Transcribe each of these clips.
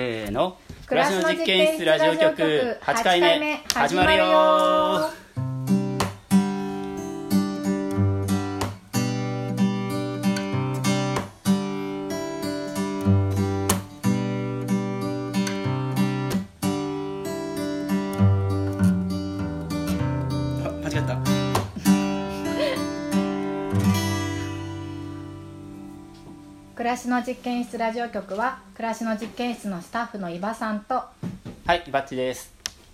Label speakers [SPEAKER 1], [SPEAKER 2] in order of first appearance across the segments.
[SPEAKER 1] 生の暮
[SPEAKER 2] 暮
[SPEAKER 1] ら
[SPEAKER 2] ら
[SPEAKER 1] し
[SPEAKER 2] し
[SPEAKER 1] の
[SPEAKER 2] の
[SPEAKER 1] 実
[SPEAKER 2] 実
[SPEAKER 1] 験
[SPEAKER 2] 験
[SPEAKER 1] 室
[SPEAKER 2] 室
[SPEAKER 1] ラ
[SPEAKER 2] ラ
[SPEAKER 1] ジ
[SPEAKER 2] ジ
[SPEAKER 1] オ
[SPEAKER 2] オ
[SPEAKER 1] 局
[SPEAKER 2] 局
[SPEAKER 1] 8
[SPEAKER 2] 8
[SPEAKER 1] 回
[SPEAKER 2] 回
[SPEAKER 1] 目
[SPEAKER 2] 目
[SPEAKER 1] 始
[SPEAKER 2] 始
[SPEAKER 1] ま
[SPEAKER 2] ま
[SPEAKER 1] る
[SPEAKER 2] る
[SPEAKER 1] よ
[SPEAKER 2] よ
[SPEAKER 1] あ間違った
[SPEAKER 2] 暮らしの実験室ラジオ局は暮らしの実験室のスタッフの伊庭さんと
[SPEAKER 1] はいバッチです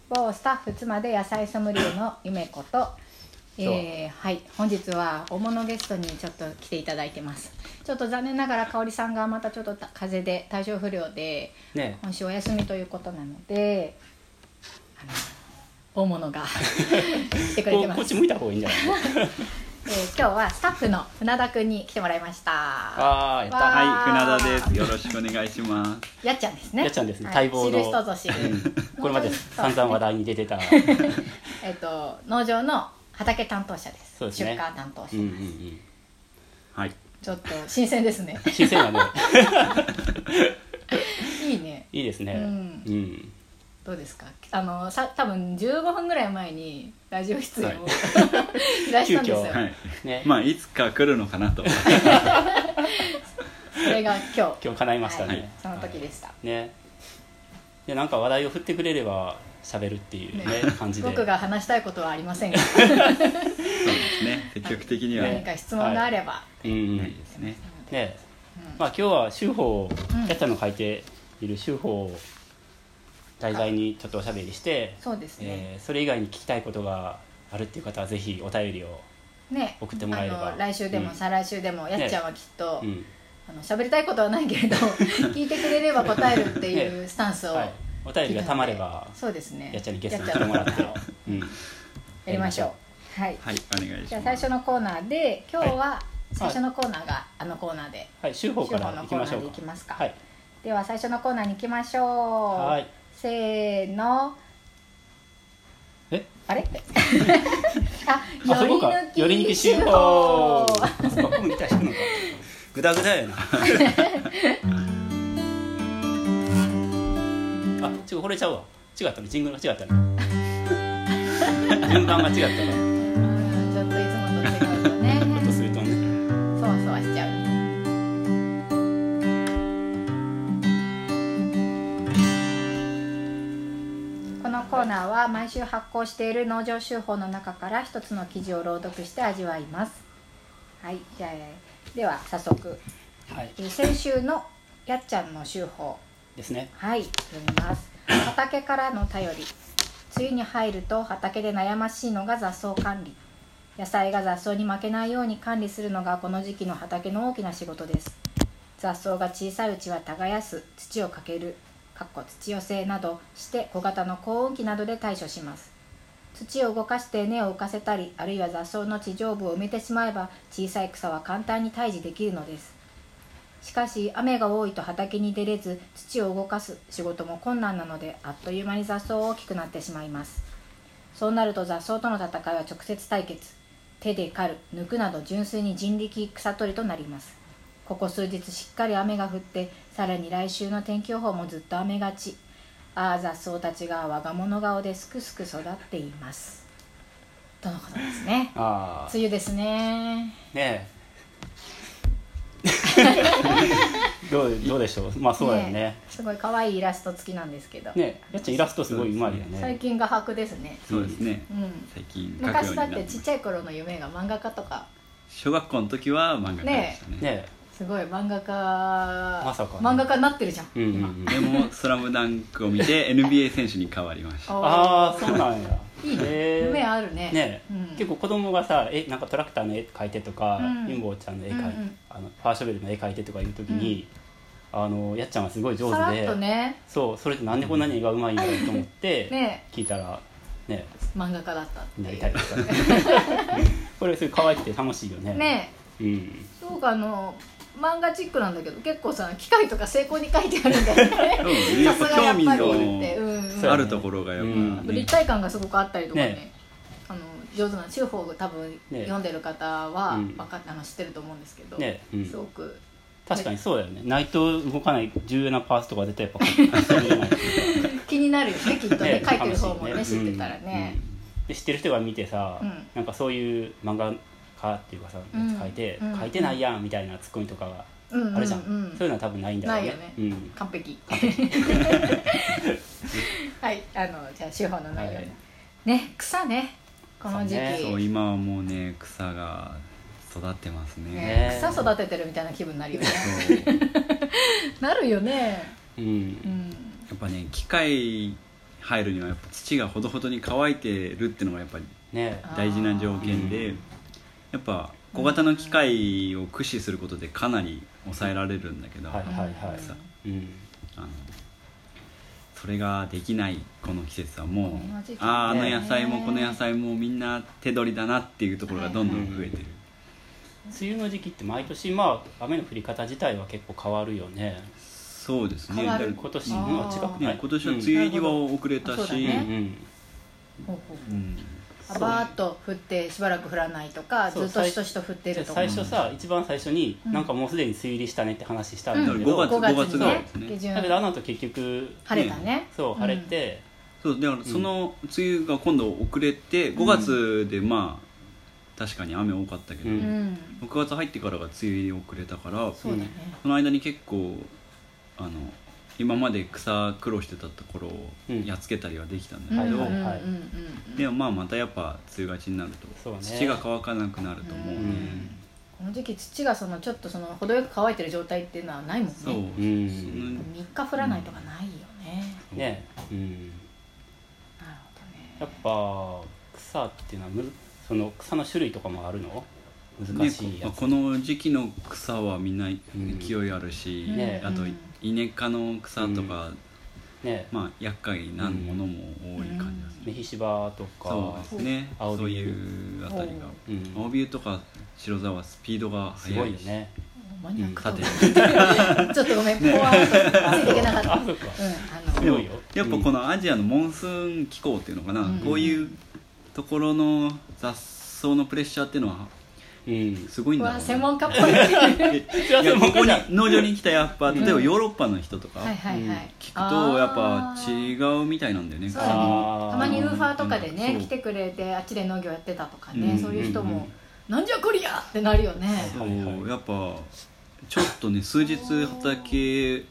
[SPEAKER 2] 某スタッフ妻で野菜ソムリエの夢子と、
[SPEAKER 1] 今日は
[SPEAKER 2] えーはい本日は大物ゲストにちょっと来ていただいてますちょっと残念ながら香織さんがまたちょっとた風邪で体調不良で
[SPEAKER 1] ね
[SPEAKER 2] 今週お休みということなのであの大物が 来て
[SPEAKER 1] え
[SPEAKER 2] くれ
[SPEAKER 1] こ
[SPEAKER 2] て
[SPEAKER 1] う
[SPEAKER 2] ま
[SPEAKER 1] こっ
[SPEAKER 2] す
[SPEAKER 1] ち向いた方がいいんじゃ ない
[SPEAKER 2] えー今日はスタッフの船田くんに来てもらいました
[SPEAKER 1] あーやった
[SPEAKER 2] わ
[SPEAKER 3] はい、船田です。よろしくお願いします。
[SPEAKER 2] やっちゃんですね
[SPEAKER 1] やっちゃんですね
[SPEAKER 2] は
[SPEAKER 1] 待
[SPEAKER 2] い
[SPEAKER 1] 望の
[SPEAKER 2] 知る人ぞ知る
[SPEAKER 1] これまで散々話題に出て た
[SPEAKER 2] えっと農場の畑担当者です
[SPEAKER 1] そうですね
[SPEAKER 2] 出荷担当者、
[SPEAKER 1] うんうんうん
[SPEAKER 3] はい。
[SPEAKER 2] ちょっと新鮮です ね
[SPEAKER 1] 新鮮だね
[SPEAKER 2] いいね
[SPEAKER 1] いいですね
[SPEAKER 2] うん
[SPEAKER 1] うん
[SPEAKER 2] どうですかあのさ多分15分ぐらい前にラジオ 出演を、
[SPEAKER 3] は
[SPEAKER 2] 依頼したんです
[SPEAKER 1] 急
[SPEAKER 2] よ、
[SPEAKER 1] 遽
[SPEAKER 3] はい。
[SPEAKER 1] ね
[SPEAKER 3] まあいつか来るのかなと。
[SPEAKER 2] それが今日
[SPEAKER 1] 今日叶いましたね、
[SPEAKER 3] はい
[SPEAKER 2] その時でした、
[SPEAKER 1] ねでなんか話題を振ってくれれば喋るっていうね
[SPEAKER 2] ね
[SPEAKER 1] 感じで
[SPEAKER 2] 僕が話したいことはありませんが
[SPEAKER 3] そうですね。積極的には。
[SPEAKER 2] 何
[SPEAKER 3] ね、
[SPEAKER 2] か質問があれば、
[SPEAKER 1] うんうん
[SPEAKER 3] ない
[SPEAKER 1] ね
[SPEAKER 3] ですね。
[SPEAKER 1] え
[SPEAKER 2] うん
[SPEAKER 1] まあ今日は修法
[SPEAKER 2] ん
[SPEAKER 1] キャッチャーの書いている修法を題材にちょっとおしゃべりして、
[SPEAKER 2] そうですね、
[SPEAKER 1] えーそれ以外に聞きたいことがあるっていう方はぜひお便りを、
[SPEAKER 2] ね
[SPEAKER 1] 送ってもらえれば
[SPEAKER 2] あの来週でも
[SPEAKER 1] うん
[SPEAKER 2] 再来週でも、やっちゃんはきっと、
[SPEAKER 1] うん
[SPEAKER 2] あの喋りたいことはないけ れど聞いてくれれば答えるっていうスタンスを、
[SPEAKER 1] はい、お便りがたまれば
[SPEAKER 2] そうですね
[SPEAKER 1] やっちゃんにゲストに来てもらって
[SPEAKER 2] やっちゃんの
[SPEAKER 1] うん
[SPEAKER 2] やりましょうはい、
[SPEAKER 3] はい、お願いし
[SPEAKER 2] じゃあ
[SPEAKER 3] ます。
[SPEAKER 2] 最初のコーナーで今日は最初のコーナーがあのコーナーで、
[SPEAKER 1] はい修法から
[SPEAKER 2] 修法
[SPEAKER 1] い
[SPEAKER 2] の
[SPEAKER 1] き
[SPEAKER 2] コーナ
[SPEAKER 1] ましょう
[SPEAKER 2] ーで
[SPEAKER 1] か
[SPEAKER 2] いきますか
[SPEAKER 1] はい
[SPEAKER 2] では最初のコーナーに行きましょう
[SPEAKER 1] はい
[SPEAKER 2] せーの
[SPEAKER 1] え
[SPEAKER 2] あれ
[SPEAKER 1] あ
[SPEAKER 2] あ
[SPEAKER 1] そこか
[SPEAKER 2] 寄
[SPEAKER 1] 寄
[SPEAKER 2] り
[SPEAKER 1] り抜
[SPEAKER 2] 抜
[SPEAKER 1] き
[SPEAKER 2] き手
[SPEAKER 1] 修
[SPEAKER 2] 法
[SPEAKER 1] 法そこも見たいなのか グダグダやな あ違うこれちゃうわ違ったねジングルが違ったね順番が違ったな
[SPEAKER 2] うんちょっといつもと違うと ね
[SPEAKER 1] とするとね
[SPEAKER 2] そわそわしちゃうこのコーナーは毎週発行している農場手法の中から一つの記事を朗読して味わいますはいじゃあでは早速
[SPEAKER 1] はい
[SPEAKER 2] えー先週のやっちゃんの手法
[SPEAKER 1] ですね
[SPEAKER 2] はい読みます畑からの頼り梅雨に入ると畑で悩ましいのが雑草管理野菜が雑草に負けないように管理するのがこの時期の畑の大きな仕事です雑草が小さいうちは耕す土をかけるかっこ土寄せなどして小型の耕運機などで対処します土を動かして根を浮かせたりあるいは雑草の地上部を埋めてしまえば小さい草は簡単に退治できるのですしかし雨が多いと畑に出れず土を動かす仕事も困難なのであっという間に雑草は大きくなってしまいますそうなると雑草との戦いは直接対決手で狩る抜くなど純粋に人力草取りとなりますここ数日しっかり雨が降ってさらに来週の天気予報もずっと雨がちああ雑草たちが我が物顔ですくすく育っていますとのことですね
[SPEAKER 1] ああ
[SPEAKER 2] 梅雨ですね
[SPEAKER 1] ねえどうどうでしょうまあそうだよね
[SPEAKER 2] えすごい可愛いイラスト付きなんですけど、
[SPEAKER 1] ねえやっちゃんイラストすごいうまいよ
[SPEAKER 2] 最
[SPEAKER 1] ね
[SPEAKER 2] 近画伯ですね
[SPEAKER 3] そうですね。
[SPEAKER 2] うん
[SPEAKER 3] 最近書くよう
[SPEAKER 2] 昔
[SPEAKER 3] に
[SPEAKER 2] だ
[SPEAKER 3] な
[SPEAKER 2] っ
[SPEAKER 3] ってて
[SPEAKER 2] ちっちゃい頃の夢が漫画家とか
[SPEAKER 3] 小学校の時は漫画家でしたね。
[SPEAKER 1] ね
[SPEAKER 2] すごい漫画家
[SPEAKER 1] まさか
[SPEAKER 2] 漫画家になってるじゃん、
[SPEAKER 1] えうんうんうん
[SPEAKER 3] でもスラムダンクを見て NBA 選手に変わりま した。
[SPEAKER 2] おー
[SPEAKER 1] ああそうなんや
[SPEAKER 2] いいね
[SPEAKER 1] へえ
[SPEAKER 2] 夢あるね
[SPEAKER 1] ね、
[SPEAKER 2] うん
[SPEAKER 1] 結構子供がさえなんかトラクターの絵描いてとか
[SPEAKER 2] うん
[SPEAKER 1] 貧乏、ちゃんの絵描いて、
[SPEAKER 2] うんうん
[SPEAKER 1] あのパワーショベルの絵描いてとかいう時に、あのやっちゃんはすごい上
[SPEAKER 2] さら
[SPEAKER 1] 手
[SPEAKER 2] っ
[SPEAKER 1] で、
[SPEAKER 2] とね
[SPEAKER 1] そうそれでなんでこんなに絵がうまいんだろうと思 って、
[SPEAKER 2] ね
[SPEAKER 1] 聞いたらね
[SPEAKER 2] 漫画家だったって
[SPEAKER 1] なり
[SPEAKER 2] い
[SPEAKER 1] たい とかねこれすごい可愛くて楽しいよね
[SPEAKER 2] うね
[SPEAKER 1] うん
[SPEAKER 2] えそうかあの漫画チックなんだけど結構さ機械とか成功に書いてあるんだよ
[SPEAKER 3] そう
[SPEAKER 2] ね
[SPEAKER 3] ですねやっぱ興味
[SPEAKER 2] さすがやっぱりってうんうん
[SPEAKER 3] のあるところがやっぱ、
[SPEAKER 1] うん
[SPEAKER 3] ね
[SPEAKER 2] 立体感がすごくあったりとかね
[SPEAKER 1] ね
[SPEAKER 2] あの上手な地方を多分
[SPEAKER 1] ね
[SPEAKER 2] 読んでる方は
[SPEAKER 1] うん
[SPEAKER 2] わかっあの知ってると思うんですけど、
[SPEAKER 1] ねうん
[SPEAKER 2] すごく
[SPEAKER 1] 確かにそうだよね内藤動かない重要なパーツとかは絶対やっぱ こうそうじゃない
[SPEAKER 2] 気になるよねきっとね
[SPEAKER 1] ね
[SPEAKER 2] 書いてる方もね
[SPEAKER 1] 楽し
[SPEAKER 2] 知
[SPEAKER 1] い
[SPEAKER 2] っ
[SPEAKER 1] ね
[SPEAKER 2] てたらね、
[SPEAKER 1] で知ってる人が見てさ、
[SPEAKER 2] うん
[SPEAKER 1] なんかそういう漫画家っていうかさ、
[SPEAKER 2] うん
[SPEAKER 1] 書いて、
[SPEAKER 2] うん
[SPEAKER 1] 書いてないやんみたいなツッコミとかが
[SPEAKER 2] うんうんうん
[SPEAKER 1] あるじゃん、そういうのは多分ないんだろうね
[SPEAKER 2] ない
[SPEAKER 1] うん、
[SPEAKER 2] 完璧はいあのじゃあ手法の内容、
[SPEAKER 1] はい
[SPEAKER 2] ね草ねこの時
[SPEAKER 1] そ
[SPEAKER 2] 期
[SPEAKER 1] うね
[SPEAKER 3] そう今はもうね草が育ってますね
[SPEAKER 2] ね
[SPEAKER 1] ね
[SPEAKER 2] 草育ててるみたいな気分になるよね
[SPEAKER 3] そうや
[SPEAKER 2] なるよね
[SPEAKER 1] う
[SPEAKER 2] うんん
[SPEAKER 3] っぱね機械入るにはやっぱ土がほどほどに乾いてるってのがやっぱり
[SPEAKER 1] ね
[SPEAKER 2] あ
[SPEAKER 3] 大事な条件で、
[SPEAKER 1] うん
[SPEAKER 3] やっぱ小型の機械を駆使することでかなり抑えられるんだけど、
[SPEAKER 1] はいはいはい
[SPEAKER 2] うん
[SPEAKER 1] うん
[SPEAKER 3] あのそれができないこの季節はもう、
[SPEAKER 2] この時期
[SPEAKER 3] あああの
[SPEAKER 1] ね
[SPEAKER 3] 野菜もこの野菜もみんな手取りだなっていうところがどんどん増えてる、
[SPEAKER 1] 梅雨の時期って毎年まあ雨の降り方自体は結構変わるよね
[SPEAKER 3] そうですね
[SPEAKER 2] 変わる
[SPEAKER 3] だか
[SPEAKER 1] 今年は違く
[SPEAKER 3] ら
[SPEAKER 1] な
[SPEAKER 3] ね
[SPEAKER 1] い
[SPEAKER 3] 今年は梅
[SPEAKER 1] 雨
[SPEAKER 3] 雨入りは遅れた
[SPEAKER 2] そう
[SPEAKER 3] し、
[SPEAKER 2] だねほうほう
[SPEAKER 3] うん
[SPEAKER 1] そう
[SPEAKER 2] バーッと降ってしばらく降らないとかず
[SPEAKER 1] そう
[SPEAKER 2] っとしとしと降ってるとか
[SPEAKER 1] 最初さ一番最初に、
[SPEAKER 2] うん
[SPEAKER 1] なんかもうすでに梅雨入りしたねって話した
[SPEAKER 2] うん
[SPEAKER 1] だけど、
[SPEAKER 3] 5月
[SPEAKER 2] 五にね
[SPEAKER 3] 五月ね
[SPEAKER 2] 下
[SPEAKER 1] だけどあ
[SPEAKER 2] 旬
[SPEAKER 1] の後結局
[SPEAKER 2] 晴れたね
[SPEAKER 1] そう晴れて、
[SPEAKER 3] そうだからその梅雨が今度遅れて5月でまあ確かに雨多かったけど、
[SPEAKER 1] う
[SPEAKER 2] うんん
[SPEAKER 3] 6月入ってからが梅雨入り遅れたから
[SPEAKER 2] そうだね
[SPEAKER 3] その間に結構あの今まで草苦労してたところを
[SPEAKER 1] うん
[SPEAKER 3] やっつけたりはできたん
[SPEAKER 2] うん
[SPEAKER 3] だ
[SPEAKER 2] う
[SPEAKER 3] け
[SPEAKER 2] ん
[SPEAKER 3] ど、
[SPEAKER 2] うんうん
[SPEAKER 1] はい
[SPEAKER 2] うん
[SPEAKER 3] でもまあまたやっぱ梅雨がちになると、
[SPEAKER 1] そうね
[SPEAKER 3] 土が乾かなくなると思うね、
[SPEAKER 1] う
[SPEAKER 2] うんんこの時期土がそのちょっとその程よく乾いてる状態っていうのはないもんね
[SPEAKER 3] そう、
[SPEAKER 1] う
[SPEAKER 3] うんん
[SPEAKER 2] 3日降らないとかないよね、
[SPEAKER 1] ねうん
[SPEAKER 2] なる
[SPEAKER 1] やっぱ草っていうのはむずその草の種類とかもあるの難しい
[SPEAKER 3] ね
[SPEAKER 1] や
[SPEAKER 3] まあ
[SPEAKER 1] つ、
[SPEAKER 3] この時期の草はみんな勢いあるし、
[SPEAKER 2] うん
[SPEAKER 1] ね
[SPEAKER 3] あと
[SPEAKER 2] うん
[SPEAKER 3] 稲科の草とか、
[SPEAKER 1] ね
[SPEAKER 3] まあ厄介なものも多い感じですね、
[SPEAKER 1] メヒシバと
[SPEAKER 3] そ
[SPEAKER 1] か
[SPEAKER 3] うですね
[SPEAKER 1] 青ビ
[SPEAKER 3] そう
[SPEAKER 1] ール
[SPEAKER 3] いうあたりが
[SPEAKER 1] うん
[SPEAKER 3] 青ビューとか白座はスピードが
[SPEAKER 1] すご
[SPEAKER 3] 速
[SPEAKER 1] い
[SPEAKER 3] い
[SPEAKER 1] よ
[SPEAKER 3] し
[SPEAKER 1] ね
[SPEAKER 2] ほどねマニアックだね
[SPEAKER 3] う ん
[SPEAKER 2] ちょっとごめんポワーっとついていけなかっ た
[SPEAKER 1] あ
[SPEAKER 2] うん
[SPEAKER 1] そっか
[SPEAKER 2] あ
[SPEAKER 1] す
[SPEAKER 2] の
[SPEAKER 1] ごいよ
[SPEAKER 3] やっぱこのアジアのモンスーン気候っていうのかな、
[SPEAKER 2] うん
[SPEAKER 3] こういうところの雑草のプレッシャーっていうのは
[SPEAKER 1] うん
[SPEAKER 3] すごいん
[SPEAKER 2] う
[SPEAKER 3] だろ
[SPEAKER 2] わ
[SPEAKER 3] う
[SPEAKER 2] 専
[SPEAKER 3] な
[SPEAKER 2] 門家 っぽいはい
[SPEAKER 1] いや
[SPEAKER 3] い
[SPEAKER 1] で
[SPEAKER 3] や
[SPEAKER 1] も
[SPEAKER 3] ここに
[SPEAKER 1] なんか
[SPEAKER 3] 農場に来たやっぱ例えば
[SPEAKER 2] うん
[SPEAKER 3] ヨーロッパの人とか
[SPEAKER 2] はいはい、
[SPEAKER 1] うん
[SPEAKER 3] 聞くとやっぱ違うみたいなんだよね
[SPEAKER 2] そう
[SPEAKER 1] だねあー
[SPEAKER 2] たまにウーファーとかでね、
[SPEAKER 3] うん
[SPEAKER 2] 来てくれてあっちで農業やってたとか
[SPEAKER 3] うんうん
[SPEAKER 2] ね、
[SPEAKER 3] うん
[SPEAKER 2] そういう人も「なんじゃこりゃ!」ってなるよね
[SPEAKER 3] そう、
[SPEAKER 1] はいはい
[SPEAKER 3] やっぱちょっとね数日畑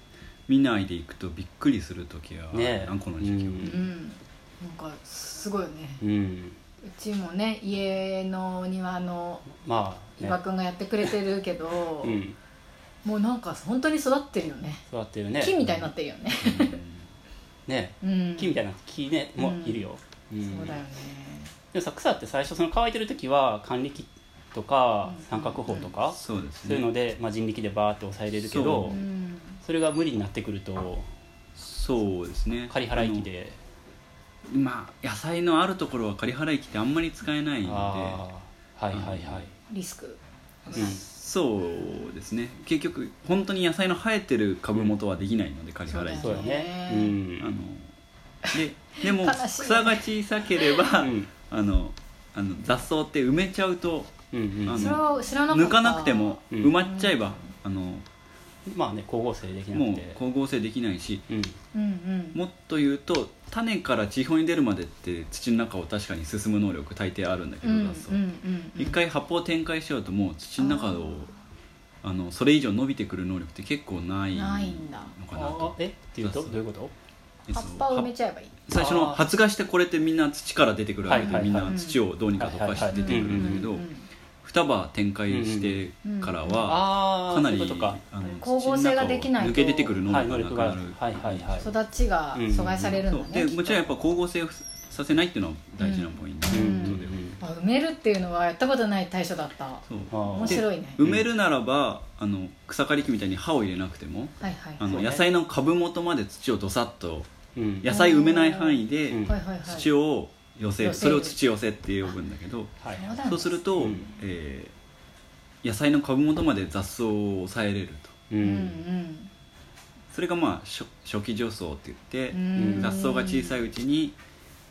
[SPEAKER 3] 見ないでいくとびっくりする時がある
[SPEAKER 1] ねえ
[SPEAKER 3] なこの時期は、
[SPEAKER 2] うん、なんかすごいよね
[SPEAKER 1] うん
[SPEAKER 2] うちもね家の庭の
[SPEAKER 1] まあ
[SPEAKER 2] 伊庭くんがやってくれてるけど、
[SPEAKER 1] うん
[SPEAKER 2] もうなんか本当に育ってるよね
[SPEAKER 1] 育ってるね
[SPEAKER 2] 木みたいになってるよね、
[SPEAKER 1] ね
[SPEAKER 2] うん、
[SPEAKER 1] 木みたいな木ねも
[SPEAKER 2] うん
[SPEAKER 1] いるよ、うん
[SPEAKER 2] そうだよね
[SPEAKER 1] でもさ草って最初その乾いてる時は管理器とか
[SPEAKER 2] うん
[SPEAKER 1] 三角法とか、
[SPEAKER 3] そうです
[SPEAKER 1] そういう
[SPEAKER 3] ね
[SPEAKER 1] ので、まあ、人力でバーって抑えれるけ
[SPEAKER 2] う
[SPEAKER 1] どそ
[SPEAKER 2] ん
[SPEAKER 1] れが無理になってくると
[SPEAKER 3] そうですね
[SPEAKER 1] 仮払い機で
[SPEAKER 3] あのまあ野菜のあるところは仮払い機ってあんまり使えないので
[SPEAKER 1] ああはいはいはい、
[SPEAKER 2] リスク
[SPEAKER 1] うん
[SPEAKER 3] そうですね結局本当に野菜の生えてる株元はできないので仮払い機
[SPEAKER 1] そう
[SPEAKER 3] は
[SPEAKER 1] だねう
[SPEAKER 3] あの
[SPEAKER 1] ん、
[SPEAKER 3] ででも
[SPEAKER 2] 悲しい
[SPEAKER 3] 草が小さければ、
[SPEAKER 1] うん
[SPEAKER 3] あのあの雑草って埋めちゃうと
[SPEAKER 1] うんうん
[SPEAKER 3] あの
[SPEAKER 2] それは知らなかった
[SPEAKER 3] 抜かなくても
[SPEAKER 1] うん
[SPEAKER 3] 埋まっちゃえば、あの
[SPEAKER 1] まあね光合成できな
[SPEAKER 3] もう
[SPEAKER 1] くて
[SPEAKER 3] 光合成できないし
[SPEAKER 1] うん
[SPEAKER 2] うんうん
[SPEAKER 3] もっと言うと種から地表に出るまでって土の中を確かに進む能力大抵あるんだけ
[SPEAKER 2] う
[SPEAKER 3] ど、
[SPEAKER 2] んうん
[SPEAKER 3] 雑草
[SPEAKER 2] うんうん
[SPEAKER 3] 一回発泡展開しちゃうともう土の中をあのそれ以上伸びてくる能力って結構ないのか
[SPEAKER 2] ないんだ
[SPEAKER 3] な
[SPEAKER 1] あ
[SPEAKER 3] と
[SPEAKER 1] えっていうと
[SPEAKER 3] そうそう
[SPEAKER 1] どういうこと
[SPEAKER 3] えっと
[SPEAKER 2] 葉っぱを埋めちゃえばいい
[SPEAKER 3] 最初の発芽してこれってみんな土から出てくるわけで、
[SPEAKER 1] はいはいはい
[SPEAKER 3] みんな土をどうにか溶かして出てくるんだけど、
[SPEAKER 2] うう
[SPEAKER 3] 双葉展開してからは
[SPEAKER 1] ああ
[SPEAKER 3] かなり、
[SPEAKER 1] そういうことか
[SPEAKER 3] あの
[SPEAKER 2] 光合成ができないと
[SPEAKER 3] 土の中を抜け出てくる能
[SPEAKER 1] はい
[SPEAKER 3] 力
[SPEAKER 1] 能
[SPEAKER 3] が
[SPEAKER 1] 力が
[SPEAKER 3] なくな
[SPEAKER 1] あ
[SPEAKER 3] る
[SPEAKER 1] る、はいはいはい
[SPEAKER 2] うん育ちが阻害されるんだ
[SPEAKER 3] そう
[SPEAKER 2] ね、
[SPEAKER 3] でもちろんやっぱ
[SPEAKER 2] き
[SPEAKER 3] 光合成をさせないっていうのは大事なポイント、
[SPEAKER 1] うん
[SPEAKER 2] うん
[SPEAKER 1] そうだよね
[SPEAKER 2] とあ埋めるっていうのはやったことない対処だったは
[SPEAKER 3] そう
[SPEAKER 1] あー
[SPEAKER 2] 面白いね
[SPEAKER 3] で埋めるならばあの草刈り機みたいに刃を入れなくても
[SPEAKER 2] いはい
[SPEAKER 3] あ
[SPEAKER 1] そ
[SPEAKER 3] の
[SPEAKER 1] うね
[SPEAKER 3] 野菜の株元まで土をどさっと
[SPEAKER 1] うん
[SPEAKER 3] 野菜埋めない範囲で
[SPEAKER 1] うん
[SPEAKER 2] はいはいはい
[SPEAKER 3] 土
[SPEAKER 2] を
[SPEAKER 3] を寄せ
[SPEAKER 2] 寄
[SPEAKER 3] る
[SPEAKER 2] せる
[SPEAKER 3] それを土寄せって呼ぶんだけど
[SPEAKER 1] はい
[SPEAKER 2] そうだ
[SPEAKER 3] そうすると、
[SPEAKER 1] うん
[SPEAKER 3] えー野菜の株元まで雑草を抑えれると
[SPEAKER 1] う
[SPEAKER 2] うんん
[SPEAKER 3] それがまあ初初期除草って言って、
[SPEAKER 2] うん
[SPEAKER 3] 雑草が小さいうちに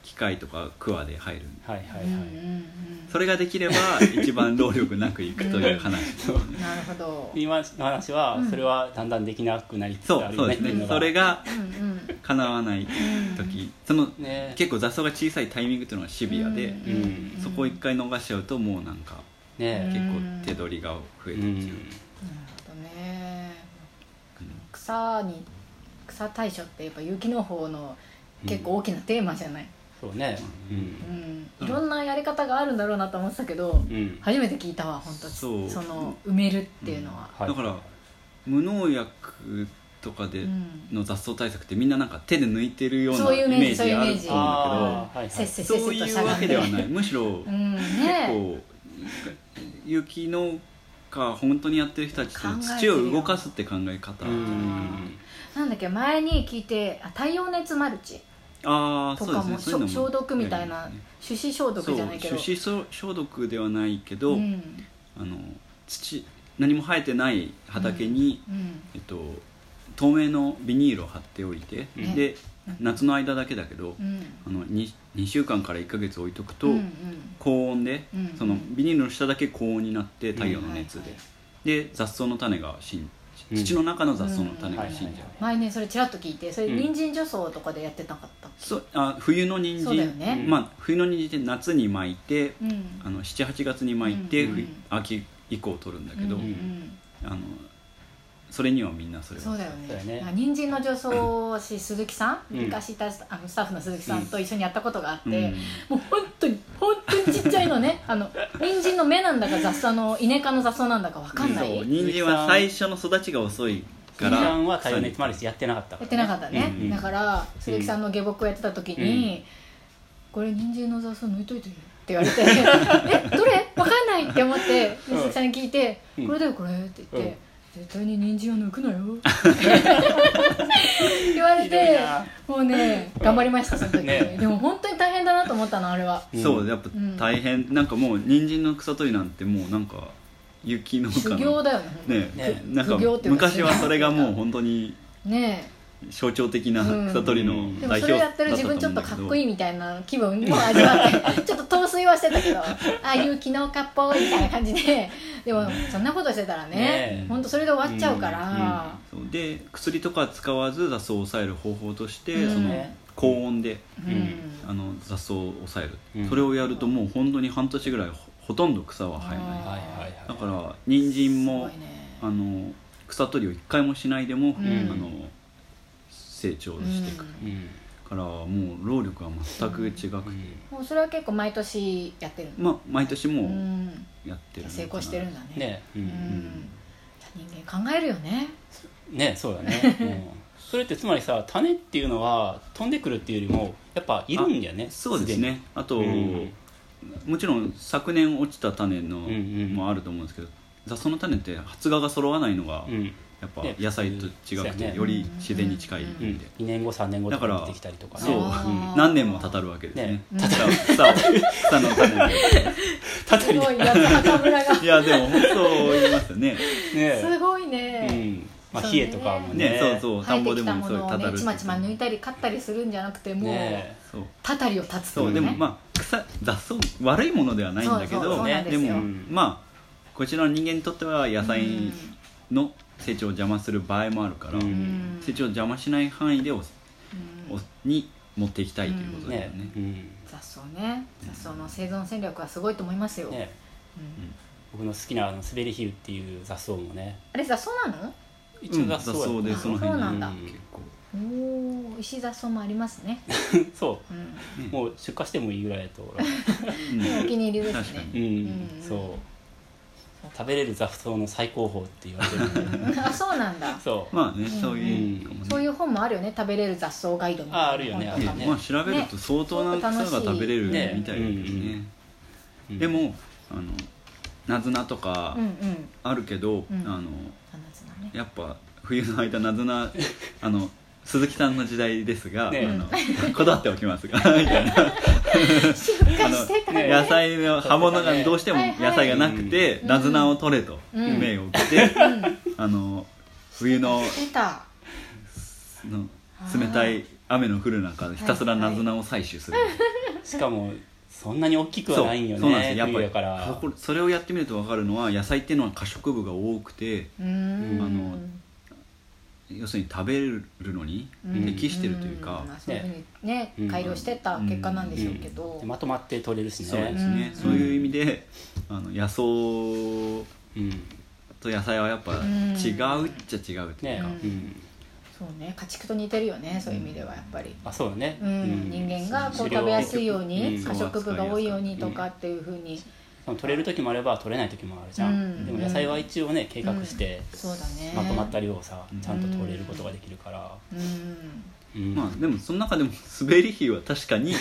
[SPEAKER 3] 機械とかクワで入る
[SPEAKER 1] はいはいは
[SPEAKER 2] うんうん
[SPEAKER 1] い
[SPEAKER 3] それがで きれば一番労力なくいくという話
[SPEAKER 2] うんなるほど
[SPEAKER 1] 今の話は
[SPEAKER 2] うん
[SPEAKER 1] それはだんだんできなくなりつつ
[SPEAKER 3] そ
[SPEAKER 1] あ
[SPEAKER 3] う
[SPEAKER 1] る
[SPEAKER 3] そ
[SPEAKER 1] よ
[SPEAKER 3] う
[SPEAKER 1] ね
[SPEAKER 3] で
[SPEAKER 1] っ
[SPEAKER 3] す
[SPEAKER 1] ていう
[SPEAKER 3] ね
[SPEAKER 1] の
[SPEAKER 3] それ
[SPEAKER 1] が
[SPEAKER 3] が
[SPEAKER 2] うんうん
[SPEAKER 3] 叶わない時その
[SPEAKER 1] ね
[SPEAKER 3] 結構雑草が小さいタイミングというのがシビアで
[SPEAKER 2] うんうんうん
[SPEAKER 3] そこを一回逃しちゃうともうなんか
[SPEAKER 1] ね
[SPEAKER 3] 結構手取りが増え
[SPEAKER 1] う
[SPEAKER 3] てきちゃうん
[SPEAKER 2] なるほどね草に草対処ってやっぱ有機農法の結構大きなテーマじゃない、
[SPEAKER 1] そうねう
[SPEAKER 2] うんんいろんなやり方があるんだろうなと思ってたけど
[SPEAKER 1] うん
[SPEAKER 2] 初めて聞いたわ本当
[SPEAKER 3] そう
[SPEAKER 2] の埋めるっていうのは、
[SPEAKER 1] はい
[SPEAKER 3] だから無農薬とかで
[SPEAKER 2] うん
[SPEAKER 3] の雑草対策ってみんななんか手で抜いてるような
[SPEAKER 2] そういう
[SPEAKER 3] イ
[SPEAKER 2] イメ
[SPEAKER 3] メ
[SPEAKER 2] ージ
[SPEAKER 3] ージがあると思うんだ
[SPEAKER 1] あーはいはい
[SPEAKER 2] せっせせ
[SPEAKER 3] け
[SPEAKER 2] っ
[SPEAKER 3] ど
[SPEAKER 2] せ
[SPEAKER 3] そ
[SPEAKER 2] と
[SPEAKER 3] うい
[SPEAKER 2] し
[SPEAKER 3] う
[SPEAKER 2] ゃが
[SPEAKER 3] わ
[SPEAKER 2] ん
[SPEAKER 3] け
[SPEAKER 2] で
[SPEAKER 3] ではないむしろ
[SPEAKER 2] うんね
[SPEAKER 3] こう雪農家本当にやってる人たち
[SPEAKER 2] 考え
[SPEAKER 3] って
[SPEAKER 2] てるよ
[SPEAKER 3] 土を動かすって考え方
[SPEAKER 1] うん
[SPEAKER 2] なんだっけ前に聞いてあ太陽熱マルチ
[SPEAKER 3] ああ
[SPEAKER 2] と
[SPEAKER 3] そうで
[SPEAKER 2] か
[SPEAKER 3] すね
[SPEAKER 2] も
[SPEAKER 3] そういうのも
[SPEAKER 2] 消毒みたい
[SPEAKER 3] や
[SPEAKER 2] な
[SPEAKER 3] り
[SPEAKER 2] 手指消
[SPEAKER 3] ます
[SPEAKER 2] 毒
[SPEAKER 3] ね
[SPEAKER 2] じゃないけ
[SPEAKER 3] そ
[SPEAKER 2] ど
[SPEAKER 3] う手指消消毒ではないけど、
[SPEAKER 2] うん
[SPEAKER 3] あの土何も生えてない畑に、
[SPEAKER 2] うん
[SPEAKER 3] えっと、透明のビニールを貼っておいて、
[SPEAKER 2] ね
[SPEAKER 3] で夏の間だけだけど
[SPEAKER 2] う、ん
[SPEAKER 3] あの 2, 2週間から1ヶ月置いとくと、
[SPEAKER 2] うんうん
[SPEAKER 3] 高温で、
[SPEAKER 2] うん
[SPEAKER 3] そのビニールの下だけ高温になって太陽の熱で、
[SPEAKER 2] はいはい
[SPEAKER 3] で雑草の種が死ん
[SPEAKER 1] うん
[SPEAKER 3] 土の中の雑草の種が
[SPEAKER 1] うん
[SPEAKER 3] 死んじゃう、
[SPEAKER 2] 前ねそれちらっと聞いてそれ
[SPEAKER 1] うん
[SPEAKER 2] 人参除草とかでやってなかったっけ
[SPEAKER 3] そうあ冬の人
[SPEAKER 2] そうだよ
[SPEAKER 3] 参、
[SPEAKER 2] ね
[SPEAKER 3] まあ冬の人参って夏に巻いて
[SPEAKER 2] うん
[SPEAKER 3] あの78月に巻いて、
[SPEAKER 2] うん
[SPEAKER 3] ふい秋以降取るんだけど、
[SPEAKER 2] うんうん
[SPEAKER 3] あのそれにはみんなそれは
[SPEAKER 2] そうだよ
[SPEAKER 1] そうだよ
[SPEAKER 2] ね
[SPEAKER 1] ね
[SPEAKER 2] なんか人参の除草を私鈴木さん
[SPEAKER 1] うん
[SPEAKER 2] 昔いたスタあのスタッフの鈴木さんと一緒にやったことがあって、
[SPEAKER 3] う
[SPEAKER 2] も
[SPEAKER 3] ん
[SPEAKER 2] う本当に本当にちっちゃいのね あの人参の芽なんだか雑草の稲科の雑草なんだかわかんない、
[SPEAKER 3] そう人参は最初の育ちが遅いか
[SPEAKER 1] 普
[SPEAKER 3] ら
[SPEAKER 1] 段は太陽熱マルチやってなかった
[SPEAKER 2] や
[SPEAKER 1] ら
[SPEAKER 2] ってなかったね、
[SPEAKER 1] うんうん
[SPEAKER 2] だから鈴木さんの下僕をやってた時に「これ人参の雑草抜いといてる」って言わ れて「えどれわかんない」って思ってで
[SPEAKER 1] うん
[SPEAKER 2] 鈴木さんに聞いて「
[SPEAKER 1] うん
[SPEAKER 2] これだよこれ」って言って。
[SPEAKER 1] うん
[SPEAKER 2] 絶対に人参は抜く なよ言われ
[SPEAKER 1] ひどい
[SPEAKER 2] て
[SPEAKER 1] な
[SPEAKER 2] もうね頑張りましたその時、
[SPEAKER 1] ね
[SPEAKER 2] でも本当に大変だなと思ったのあれは
[SPEAKER 3] そうやっぱ大変、なんかもう人参の草取りなんてもうなんか雪の
[SPEAKER 2] 修行だよね本当に
[SPEAKER 3] ね
[SPEAKER 1] ね
[SPEAKER 3] なんか
[SPEAKER 2] 苦行っていうか
[SPEAKER 3] 昔はそれがもう本当に
[SPEAKER 2] ね
[SPEAKER 3] 象徴的な草取りの
[SPEAKER 2] えでも
[SPEAKER 3] 代
[SPEAKER 2] それ
[SPEAKER 3] 表だ
[SPEAKER 2] や
[SPEAKER 3] っ
[SPEAKER 2] ったて
[SPEAKER 3] と
[SPEAKER 2] る
[SPEAKER 3] 思
[SPEAKER 2] 自分ちょっとかっこい
[SPEAKER 3] い
[SPEAKER 2] いみたいな気分も味わって ちょっと陶酔はしてたけどああいう気のかっぽいみたいな感じ ででもそんなことしてたら
[SPEAKER 1] ね
[SPEAKER 2] ね
[SPEAKER 1] え
[SPEAKER 2] 本当それで終わっちゃうから、
[SPEAKER 3] そうで薬とか使わず雑草を抑える方法として、
[SPEAKER 2] うん
[SPEAKER 3] その高温で
[SPEAKER 2] うん
[SPEAKER 1] うん
[SPEAKER 3] あの雑草を抑える、
[SPEAKER 1] うん
[SPEAKER 3] それをやるともう本当に半年ぐらいほほとんど草は
[SPEAKER 1] は
[SPEAKER 3] 生え
[SPEAKER 1] い
[SPEAKER 3] な
[SPEAKER 1] はいはい
[SPEAKER 3] いだから人参
[SPEAKER 2] す
[SPEAKER 3] も
[SPEAKER 2] ごいね
[SPEAKER 3] あの草取りを一回もしないでも、
[SPEAKER 2] ん
[SPEAKER 3] あの成長していく、
[SPEAKER 2] うん
[SPEAKER 1] うん
[SPEAKER 3] からもう労力は全く違くて、
[SPEAKER 2] もうそれは結構毎年やってるの、
[SPEAKER 3] まあ毎年
[SPEAKER 2] う
[SPEAKER 3] も
[SPEAKER 2] ん、
[SPEAKER 3] うやってるのかな
[SPEAKER 2] 成功してるんだね
[SPEAKER 1] ねう
[SPEAKER 2] うんん、人間考えるよね
[SPEAKER 1] ねそうだね、うん、それってつまりさ種っていうのは飛んでくるっていうよりもやっぱいるんだよね
[SPEAKER 3] そうですねあと、
[SPEAKER 1] うん
[SPEAKER 3] もちろん昨年落ちた種の
[SPEAKER 1] うんうん
[SPEAKER 3] もあると思うんですけど、雑草の種って発芽が揃わないのが
[SPEAKER 1] すでに、
[SPEAKER 3] やっぱ
[SPEAKER 1] ね
[SPEAKER 3] 野菜と違
[SPEAKER 1] そう
[SPEAKER 3] く
[SPEAKER 1] や
[SPEAKER 3] て
[SPEAKER 1] ね
[SPEAKER 3] より自然に近いん
[SPEAKER 1] うん
[SPEAKER 3] で、
[SPEAKER 1] うん、2年後3年後と
[SPEAKER 3] だから
[SPEAKER 1] か出てきたりとかね
[SPEAKER 3] そう、
[SPEAKER 2] あー
[SPEAKER 3] うん何年もたたるわけですね
[SPEAKER 1] ね
[SPEAKER 3] 草を草を草の種が
[SPEAKER 1] たた
[SPEAKER 2] す
[SPEAKER 1] り
[SPEAKER 2] ごいやつ中村 が
[SPEAKER 3] いやでも本当言いますよね
[SPEAKER 1] ね
[SPEAKER 2] すごいうね、
[SPEAKER 1] んまあ
[SPEAKER 2] そう
[SPEAKER 1] 冷え
[SPEAKER 2] ね
[SPEAKER 1] とかもね
[SPEAKER 3] ねそうそう田
[SPEAKER 2] 生
[SPEAKER 3] んぼ
[SPEAKER 2] え
[SPEAKER 3] で
[SPEAKER 2] てきた
[SPEAKER 3] も
[SPEAKER 2] も
[SPEAKER 3] そう
[SPEAKER 2] のを
[SPEAKER 3] たた
[SPEAKER 2] ね
[SPEAKER 3] る
[SPEAKER 2] ちまちま抜いたり刈ったりするんじゃなくてもう、
[SPEAKER 1] ね
[SPEAKER 3] そう
[SPEAKER 2] たたりを立つ
[SPEAKER 3] そう
[SPEAKER 2] とい
[SPEAKER 3] で
[SPEAKER 2] う
[SPEAKER 3] も
[SPEAKER 2] ね
[SPEAKER 3] まあ草雑草悪いものではないんだけ
[SPEAKER 2] そうそう
[SPEAKER 3] ど
[SPEAKER 2] そうなんです
[SPEAKER 3] で
[SPEAKER 2] よ
[SPEAKER 3] も
[SPEAKER 1] うん
[SPEAKER 3] まあこちらの人間にとっては野菜
[SPEAKER 2] うん
[SPEAKER 3] の成長を邪魔する場合もあるから、
[SPEAKER 1] うん
[SPEAKER 2] うん
[SPEAKER 3] 成長を邪魔しない範囲でお
[SPEAKER 2] うん
[SPEAKER 3] おに持っていきたいということだよ
[SPEAKER 1] ね
[SPEAKER 3] ね。
[SPEAKER 1] うん
[SPEAKER 2] 雑草ね雑草の生存戦略はすごいと思いますよ、
[SPEAKER 1] ね
[SPEAKER 2] うん
[SPEAKER 1] 僕の好きなあの滑り比喩っていう雑草もね
[SPEAKER 2] あれ雑草なの
[SPEAKER 1] 一応雑草,、
[SPEAKER 3] うんで
[SPEAKER 2] あ
[SPEAKER 3] その
[SPEAKER 2] そう
[SPEAKER 3] 辺
[SPEAKER 2] な
[SPEAKER 3] に
[SPEAKER 2] んだ
[SPEAKER 3] 結構
[SPEAKER 2] おお石雑草もありますね、
[SPEAKER 1] そ
[SPEAKER 2] うん、
[SPEAKER 1] うもう出荷してもいいぐらいだと俺は
[SPEAKER 2] お気に入りです
[SPEAKER 3] 確か
[SPEAKER 1] う
[SPEAKER 2] ね
[SPEAKER 1] ん、
[SPEAKER 2] うん
[SPEAKER 1] そう食べれる雑草の最高峰って言われてる
[SPEAKER 2] うん あそうなん だ
[SPEAKER 1] そう、
[SPEAKER 3] まあねそういうかもね
[SPEAKER 2] そういう本もあるよね食べれる雑草ガイドみたいな
[SPEAKER 1] ああるよね
[SPEAKER 2] 本
[SPEAKER 1] ある
[SPEAKER 2] と
[SPEAKER 1] よ
[SPEAKER 2] か
[SPEAKER 1] ね
[SPEAKER 2] も
[SPEAKER 3] まあ調べると相当な草が食べれるみたいですね
[SPEAKER 1] ねうん
[SPEAKER 3] でもあのナズナとか
[SPEAKER 2] うんうん
[SPEAKER 3] あるけど、
[SPEAKER 2] うん
[SPEAKER 3] あの
[SPEAKER 2] あ夏のね
[SPEAKER 3] やっぱ冬の間なずなあの鈴木さんの時代ですが、
[SPEAKER 1] ねえ
[SPEAKER 3] あのこだわっておきますがみたいな
[SPEAKER 2] 出荷
[SPEAKER 3] あ
[SPEAKER 2] してた
[SPEAKER 3] の、
[SPEAKER 1] ね
[SPEAKER 2] ね
[SPEAKER 3] 野菜の刃物が
[SPEAKER 1] ね
[SPEAKER 3] どうしても野菜がなく
[SPEAKER 1] はい
[SPEAKER 3] て
[SPEAKER 2] うん
[SPEAKER 3] なずなを取れと
[SPEAKER 2] うん
[SPEAKER 3] 命を受けて、
[SPEAKER 2] うん
[SPEAKER 3] あの冬の
[SPEAKER 2] 出た
[SPEAKER 3] の冷たい雨の降る中ひたすらなずなを採取する、
[SPEAKER 1] しかもそんなに大きくはないんよね
[SPEAKER 3] そうなんですよやっぱ
[SPEAKER 1] 冬
[SPEAKER 3] り
[SPEAKER 1] やから
[SPEAKER 3] これそれをやってみると分かるのは野菜っていうのは可食部が多くて
[SPEAKER 2] うーん
[SPEAKER 3] あの要するに食べるのに
[SPEAKER 2] うん
[SPEAKER 3] 適してるというか
[SPEAKER 2] んまあそういうふうにね
[SPEAKER 1] うん
[SPEAKER 2] 改良してった結果なんでしょうけど、
[SPEAKER 1] うんまとまって取れるしね
[SPEAKER 3] そうですね、
[SPEAKER 2] うん
[SPEAKER 3] そういう意味であの野草
[SPEAKER 1] うん
[SPEAKER 3] と野菜はやっぱ違
[SPEAKER 2] うん
[SPEAKER 3] うっちゃ違うという
[SPEAKER 1] ね
[SPEAKER 3] か、
[SPEAKER 1] うん
[SPEAKER 2] そうね家畜と似てるよねそういう意味ではやっぱり、
[SPEAKER 1] あそうだね、
[SPEAKER 2] うん人間がこう食べやすいように
[SPEAKER 1] うん
[SPEAKER 2] 可食部が多いようにとかっていうふうに、
[SPEAKER 1] その取れる時もあれば取れない時もあるじゃん、
[SPEAKER 2] うん
[SPEAKER 1] でも野菜は一応ね計画して、
[SPEAKER 2] そうだね
[SPEAKER 1] まとまった量をさ
[SPEAKER 3] うん
[SPEAKER 1] ちゃんと取れることができるから、
[SPEAKER 2] うん
[SPEAKER 1] うん
[SPEAKER 3] まあでもその中でも 滑り比は確 かに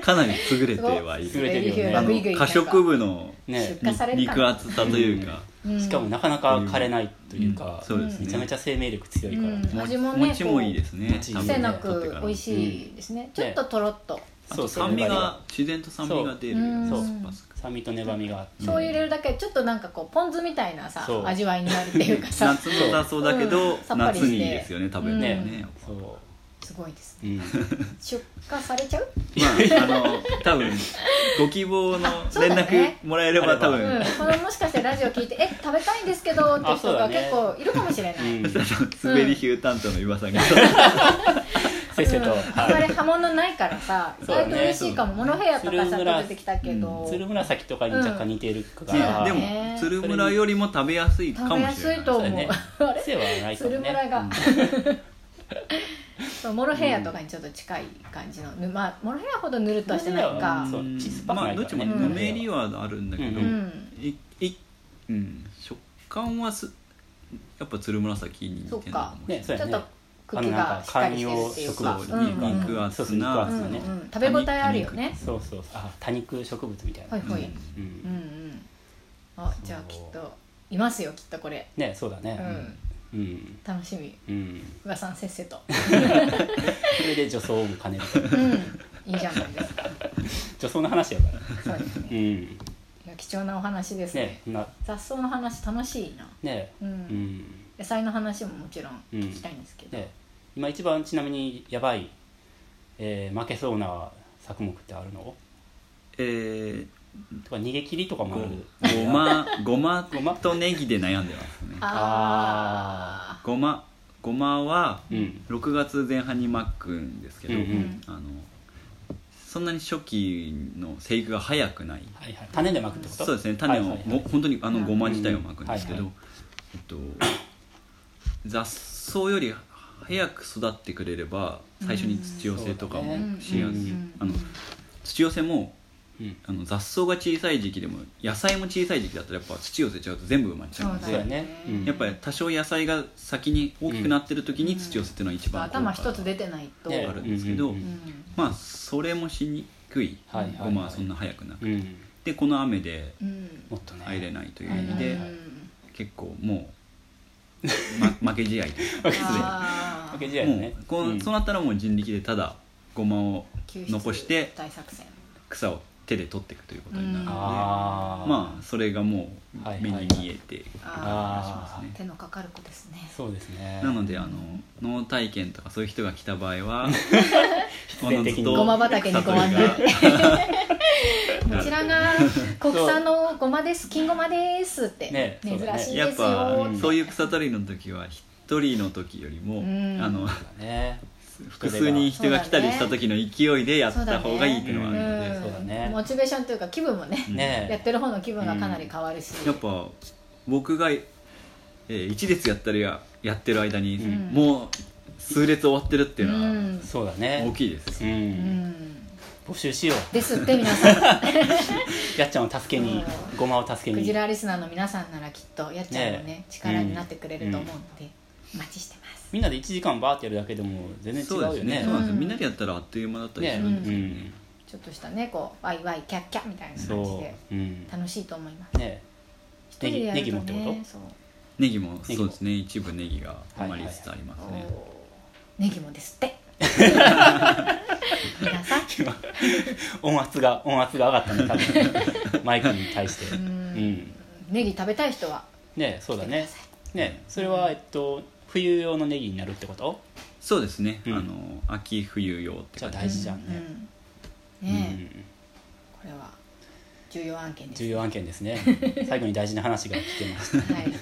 [SPEAKER 3] かなり優れてはい
[SPEAKER 1] すご
[SPEAKER 3] る
[SPEAKER 1] いてるよね
[SPEAKER 3] あ
[SPEAKER 1] 優
[SPEAKER 3] の
[SPEAKER 1] れ
[SPEAKER 3] 可食部の
[SPEAKER 1] ね
[SPEAKER 2] 出荷されるか
[SPEAKER 3] 肉
[SPEAKER 2] な
[SPEAKER 3] 厚さというか、
[SPEAKER 1] しかもなかなか枯れないというか、
[SPEAKER 3] そうですね
[SPEAKER 1] めちゃめちゃ生命力強いから、
[SPEAKER 2] うん味もね
[SPEAKER 3] もちもいいですね
[SPEAKER 1] こう
[SPEAKER 3] 多分
[SPEAKER 2] 癖な
[SPEAKER 3] 取って
[SPEAKER 2] く
[SPEAKER 3] から
[SPEAKER 2] 美味しいですね、ちょっととろっと
[SPEAKER 3] あ
[SPEAKER 1] そ
[SPEAKER 3] と
[SPEAKER 1] う
[SPEAKER 3] 酸味が自然と酸味が出る
[SPEAKER 2] そう
[SPEAKER 3] 酸っぱさ
[SPEAKER 1] 酸味と粘みがあって
[SPEAKER 2] 醤油入れるだけでちょっとなんかこうポン酢みたいなさ
[SPEAKER 1] そう
[SPEAKER 2] 味わいになるっていうかさ
[SPEAKER 3] 夏の雑草だけど、
[SPEAKER 2] うんさっぱりし
[SPEAKER 3] 夏
[SPEAKER 2] て
[SPEAKER 3] にいいですよね食べるの
[SPEAKER 1] う
[SPEAKER 3] ね
[SPEAKER 1] ん
[SPEAKER 3] ね、
[SPEAKER 1] そ
[SPEAKER 2] すごいですね
[SPEAKER 1] う、うん、
[SPEAKER 2] 出荷されちゃう、
[SPEAKER 3] まああの多分ご希望の
[SPEAKER 2] そう
[SPEAKER 3] 連
[SPEAKER 2] だ
[SPEAKER 3] 絡
[SPEAKER 2] ね
[SPEAKER 3] もらえれば、
[SPEAKER 1] あれば
[SPEAKER 3] 多
[SPEAKER 2] う
[SPEAKER 3] 分、
[SPEAKER 2] ん、このもしかしてラジオ聞いて「え食べたいんですけど」って
[SPEAKER 1] あそ
[SPEAKER 2] 人
[SPEAKER 1] う
[SPEAKER 2] が
[SPEAKER 1] だね
[SPEAKER 2] 結構いるかもしれない、
[SPEAKER 1] うん
[SPEAKER 3] あの滑りヒュー担当の岩さんが、
[SPEAKER 1] せっせと、
[SPEAKER 2] うんあんまり刃物ないからさ、意
[SPEAKER 1] そうだ
[SPEAKER 2] 外
[SPEAKER 1] ね
[SPEAKER 2] と嬉しいかも、モノヘアとかさ
[SPEAKER 1] 鶴村
[SPEAKER 2] 出てきたけど、
[SPEAKER 1] 鶴紫とかに若干似てるから、
[SPEAKER 2] うん
[SPEAKER 3] で
[SPEAKER 2] ね
[SPEAKER 3] も鶴村よりも食べやすいか
[SPEAKER 2] 食べ
[SPEAKER 3] も
[SPEAKER 2] や
[SPEAKER 3] し
[SPEAKER 2] す
[SPEAKER 3] れ
[SPEAKER 2] い
[SPEAKER 3] な
[SPEAKER 1] そう
[SPEAKER 2] と
[SPEAKER 3] い
[SPEAKER 1] だ
[SPEAKER 2] 思う
[SPEAKER 1] ね。
[SPEAKER 2] あれ、
[SPEAKER 1] 癖はないかもね
[SPEAKER 2] 鶴村が
[SPEAKER 1] うん
[SPEAKER 2] そうモロヘアとかにちょっと近い感じの、ぬまあモロヘアほどぬるっとはしてないか、
[SPEAKER 1] そう
[SPEAKER 3] うん
[SPEAKER 1] チスパ
[SPEAKER 3] ま
[SPEAKER 1] がな
[SPEAKER 3] あ
[SPEAKER 1] い
[SPEAKER 3] ど
[SPEAKER 1] か
[SPEAKER 3] っ
[SPEAKER 1] ら
[SPEAKER 3] ち
[SPEAKER 1] ね
[SPEAKER 3] もぬめりはあるんだけど、
[SPEAKER 1] う
[SPEAKER 2] う、
[SPEAKER 1] うん
[SPEAKER 3] いいうん、食感はすやっぱ鶴紫に似てるのかもしれ
[SPEAKER 1] ね
[SPEAKER 3] ない
[SPEAKER 1] そう
[SPEAKER 2] ちょ
[SPEAKER 1] や
[SPEAKER 2] っ
[SPEAKER 1] ね
[SPEAKER 2] と茎がしっかりしてるっていう
[SPEAKER 1] あ
[SPEAKER 2] か
[SPEAKER 1] の、なんか
[SPEAKER 2] う
[SPEAKER 3] そう
[SPEAKER 2] んうん
[SPEAKER 3] 肉厚
[SPEAKER 1] そう
[SPEAKER 3] な、
[SPEAKER 1] そう肉厚なね
[SPEAKER 2] うんうん食べ応えあるよね。
[SPEAKER 1] そうそうそうあ多肉植物みたいな、
[SPEAKER 2] ほいほい、
[SPEAKER 1] う
[SPEAKER 2] うん
[SPEAKER 1] ん
[SPEAKER 2] うん。あじゃあきっといますよきっとこれ、
[SPEAKER 1] ねそうだね
[SPEAKER 2] うん、
[SPEAKER 1] うん
[SPEAKER 2] 楽しみ。
[SPEAKER 1] うん
[SPEAKER 2] うわさんせっせ と、
[SPEAKER 1] それで女装も兼ねて
[SPEAKER 2] うん、いいじゃないですか。
[SPEAKER 1] 女装の話やから
[SPEAKER 2] そうですね
[SPEAKER 1] う。ん
[SPEAKER 2] いや貴重なお話ですね
[SPEAKER 1] ねな
[SPEAKER 2] 雑草の話楽しいな、
[SPEAKER 1] ね
[SPEAKER 2] うん
[SPEAKER 1] うん
[SPEAKER 2] 野菜の話ももちろん聞きたいんですけど、
[SPEAKER 1] ね今一番ちなみにやばい、えー負けそうな作目ってあるの
[SPEAKER 3] え
[SPEAKER 1] とか逃げ切りとかもある
[SPEAKER 3] ー、ごまごま
[SPEAKER 1] ごま
[SPEAKER 3] とネギで悩んでますね
[SPEAKER 2] あ
[SPEAKER 3] ごまごまは
[SPEAKER 1] うん
[SPEAKER 3] 6月前半にまくんですけど、
[SPEAKER 1] うん
[SPEAKER 2] あ、
[SPEAKER 1] う
[SPEAKER 2] うんん、
[SPEAKER 3] あのそんなに初期の生育が早くない
[SPEAKER 1] はいはい種でまくってこと
[SPEAKER 3] そうですね種を、
[SPEAKER 1] はいはいはい
[SPEAKER 3] ご本当にあのごま自体をまくんですけど、
[SPEAKER 1] うんうん
[SPEAKER 3] えっと、雑草より早く育ってくれれば最初に土寄せとか
[SPEAKER 1] う
[SPEAKER 3] も
[SPEAKER 1] ん
[SPEAKER 3] しやすい、
[SPEAKER 1] うん
[SPEAKER 3] あの土寄せも
[SPEAKER 1] うん
[SPEAKER 3] あの雑草が小さい時期でも野菜も小さい時期だったらやっぱ土寄せちゃうと全部埋まっちゃうの
[SPEAKER 1] そ
[SPEAKER 2] そうう
[SPEAKER 1] だ
[SPEAKER 3] で
[SPEAKER 2] だ
[SPEAKER 1] ね
[SPEAKER 2] ね、
[SPEAKER 1] うん、
[SPEAKER 3] やっぱり多少野菜が先に大きくなってる時に土寄せっていうのは一番
[SPEAKER 2] 頭一つ
[SPEAKER 3] で
[SPEAKER 2] 出てないと、
[SPEAKER 1] ね
[SPEAKER 3] あるんですけど、
[SPEAKER 1] うんうんう
[SPEAKER 2] うんん
[SPEAKER 3] まあそれもしにくい
[SPEAKER 1] はいはいはい
[SPEAKER 3] ごまはそんな早くなく
[SPEAKER 1] うん
[SPEAKER 3] てこの雨で
[SPEAKER 2] うん
[SPEAKER 1] もっとね
[SPEAKER 3] 入れないという
[SPEAKER 2] う
[SPEAKER 3] 意
[SPEAKER 2] ん
[SPEAKER 3] 味で
[SPEAKER 2] うん
[SPEAKER 3] 結構もう、ま、負 け試合というか
[SPEAKER 2] あ
[SPEAKER 1] 負け
[SPEAKER 2] ー
[SPEAKER 1] 試合だ
[SPEAKER 3] も
[SPEAKER 1] ね
[SPEAKER 3] うこう
[SPEAKER 1] うん
[SPEAKER 3] そうなったらもう人力でただごまを
[SPEAKER 2] 救出
[SPEAKER 3] 残して
[SPEAKER 2] 大作戦
[SPEAKER 3] 草を手で取っていくということになるの
[SPEAKER 2] うん
[SPEAKER 3] で
[SPEAKER 1] あー
[SPEAKER 3] まあそれがもう
[SPEAKER 1] はい
[SPEAKER 3] 目に見えて
[SPEAKER 1] あ
[SPEAKER 3] しますね
[SPEAKER 2] 手のかかる子ですね
[SPEAKER 1] そうですね
[SPEAKER 3] なのであの農体験とかそういう人が来た場 合は
[SPEAKER 1] 必然的に
[SPEAKER 3] おのずと
[SPEAKER 2] ごま畑にごまね
[SPEAKER 3] 草取り
[SPEAKER 2] こちらが国産のごまです金ごまですって、
[SPEAKER 1] ねそ
[SPEAKER 2] 珍
[SPEAKER 1] うだね
[SPEAKER 2] しい
[SPEAKER 3] がや
[SPEAKER 2] で
[SPEAKER 3] っ
[SPEAKER 2] すよ
[SPEAKER 3] ぱ
[SPEAKER 2] ーって
[SPEAKER 3] そういう草取りの時は一人の時よりも
[SPEAKER 2] うん
[SPEAKER 3] あの
[SPEAKER 1] そうだね
[SPEAKER 3] 複数人人が来たりした時の勢いでやった方がいいっていうのはあるので、
[SPEAKER 1] んそうだね
[SPEAKER 2] モチベーションというか気分もね、
[SPEAKER 1] ね
[SPEAKER 2] やってる方の気分がかなり変わるし、
[SPEAKER 3] やっぱ僕が、えー一列やったりややってる間に、
[SPEAKER 1] ん
[SPEAKER 3] もう数列終わってるっていう
[SPEAKER 2] う
[SPEAKER 3] の
[SPEAKER 2] ん、
[SPEAKER 1] そうだ
[SPEAKER 3] は
[SPEAKER 1] ね
[SPEAKER 3] 大きいです
[SPEAKER 1] う
[SPEAKER 3] よ、
[SPEAKER 2] うんん、
[SPEAKER 1] 募集しよう
[SPEAKER 2] ですって皆さん
[SPEAKER 1] やっちゃんを助けに
[SPEAKER 2] うん
[SPEAKER 1] ごまを助け
[SPEAKER 2] ク
[SPEAKER 1] に
[SPEAKER 2] ジラリスナーの皆さんならきっとやっちゃんのね
[SPEAKER 1] ね
[SPEAKER 2] 力になってくれると思うので、お待ちしてます
[SPEAKER 1] みんなで1時間バーってやるだけでも全然違う
[SPEAKER 3] そう
[SPEAKER 1] よ
[SPEAKER 3] ですね
[SPEAKER 1] ね
[SPEAKER 3] そうなんですよ、
[SPEAKER 2] うん
[SPEAKER 3] みんなでやったらあっという間だったりす
[SPEAKER 1] ね
[SPEAKER 3] るんですよね
[SPEAKER 2] ちょっとしたねこうワイワイキャッキャみたいな感じ
[SPEAKER 1] そ
[SPEAKER 2] で
[SPEAKER 1] ううん
[SPEAKER 2] 楽しいと思います
[SPEAKER 1] ね
[SPEAKER 2] 一
[SPEAKER 1] ネ
[SPEAKER 2] 人で
[SPEAKER 1] ギ
[SPEAKER 2] や
[SPEAKER 1] ネ
[SPEAKER 2] る
[SPEAKER 1] ギ
[SPEAKER 2] と
[SPEAKER 1] もってこ
[SPEAKER 2] ねそう
[SPEAKER 3] ネギも
[SPEAKER 1] ネギも
[SPEAKER 3] そうですね一部ネギが余りつつありますね、
[SPEAKER 2] おーネギもですって 皆さん
[SPEAKER 1] と音圧が音圧が上がったね多 分マイクに対して
[SPEAKER 2] う
[SPEAKER 1] うん
[SPEAKER 2] んネギ食べたい人は
[SPEAKER 1] ねそう
[SPEAKER 2] 来
[SPEAKER 1] だ
[SPEAKER 2] てくだ
[SPEAKER 1] ね
[SPEAKER 2] さい
[SPEAKER 1] ねそれはえっと冬用のネギになるってこと
[SPEAKER 3] そうですね、
[SPEAKER 1] うん
[SPEAKER 3] あの秋冬用って
[SPEAKER 1] じゃあ
[SPEAKER 3] 感じ
[SPEAKER 1] 大事じゃんね
[SPEAKER 2] うんうんねえ、
[SPEAKER 1] うん
[SPEAKER 2] これは重要案件です
[SPEAKER 1] 重要案件です ね最後に大事な話が聞けました
[SPEAKER 2] はい、い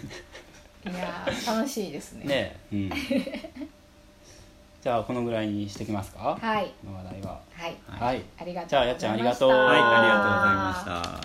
[SPEAKER 2] やー楽しいですね
[SPEAKER 1] ねえ、 うん、じゃあこのぐらいにしてきますか、
[SPEAKER 2] はい
[SPEAKER 1] この話題は
[SPEAKER 2] はい
[SPEAKER 1] はい
[SPEAKER 2] ありがとう
[SPEAKER 1] じゃあやっちゃんありがとう
[SPEAKER 2] ござ
[SPEAKER 3] はい
[SPEAKER 2] ました
[SPEAKER 3] ありがとうございました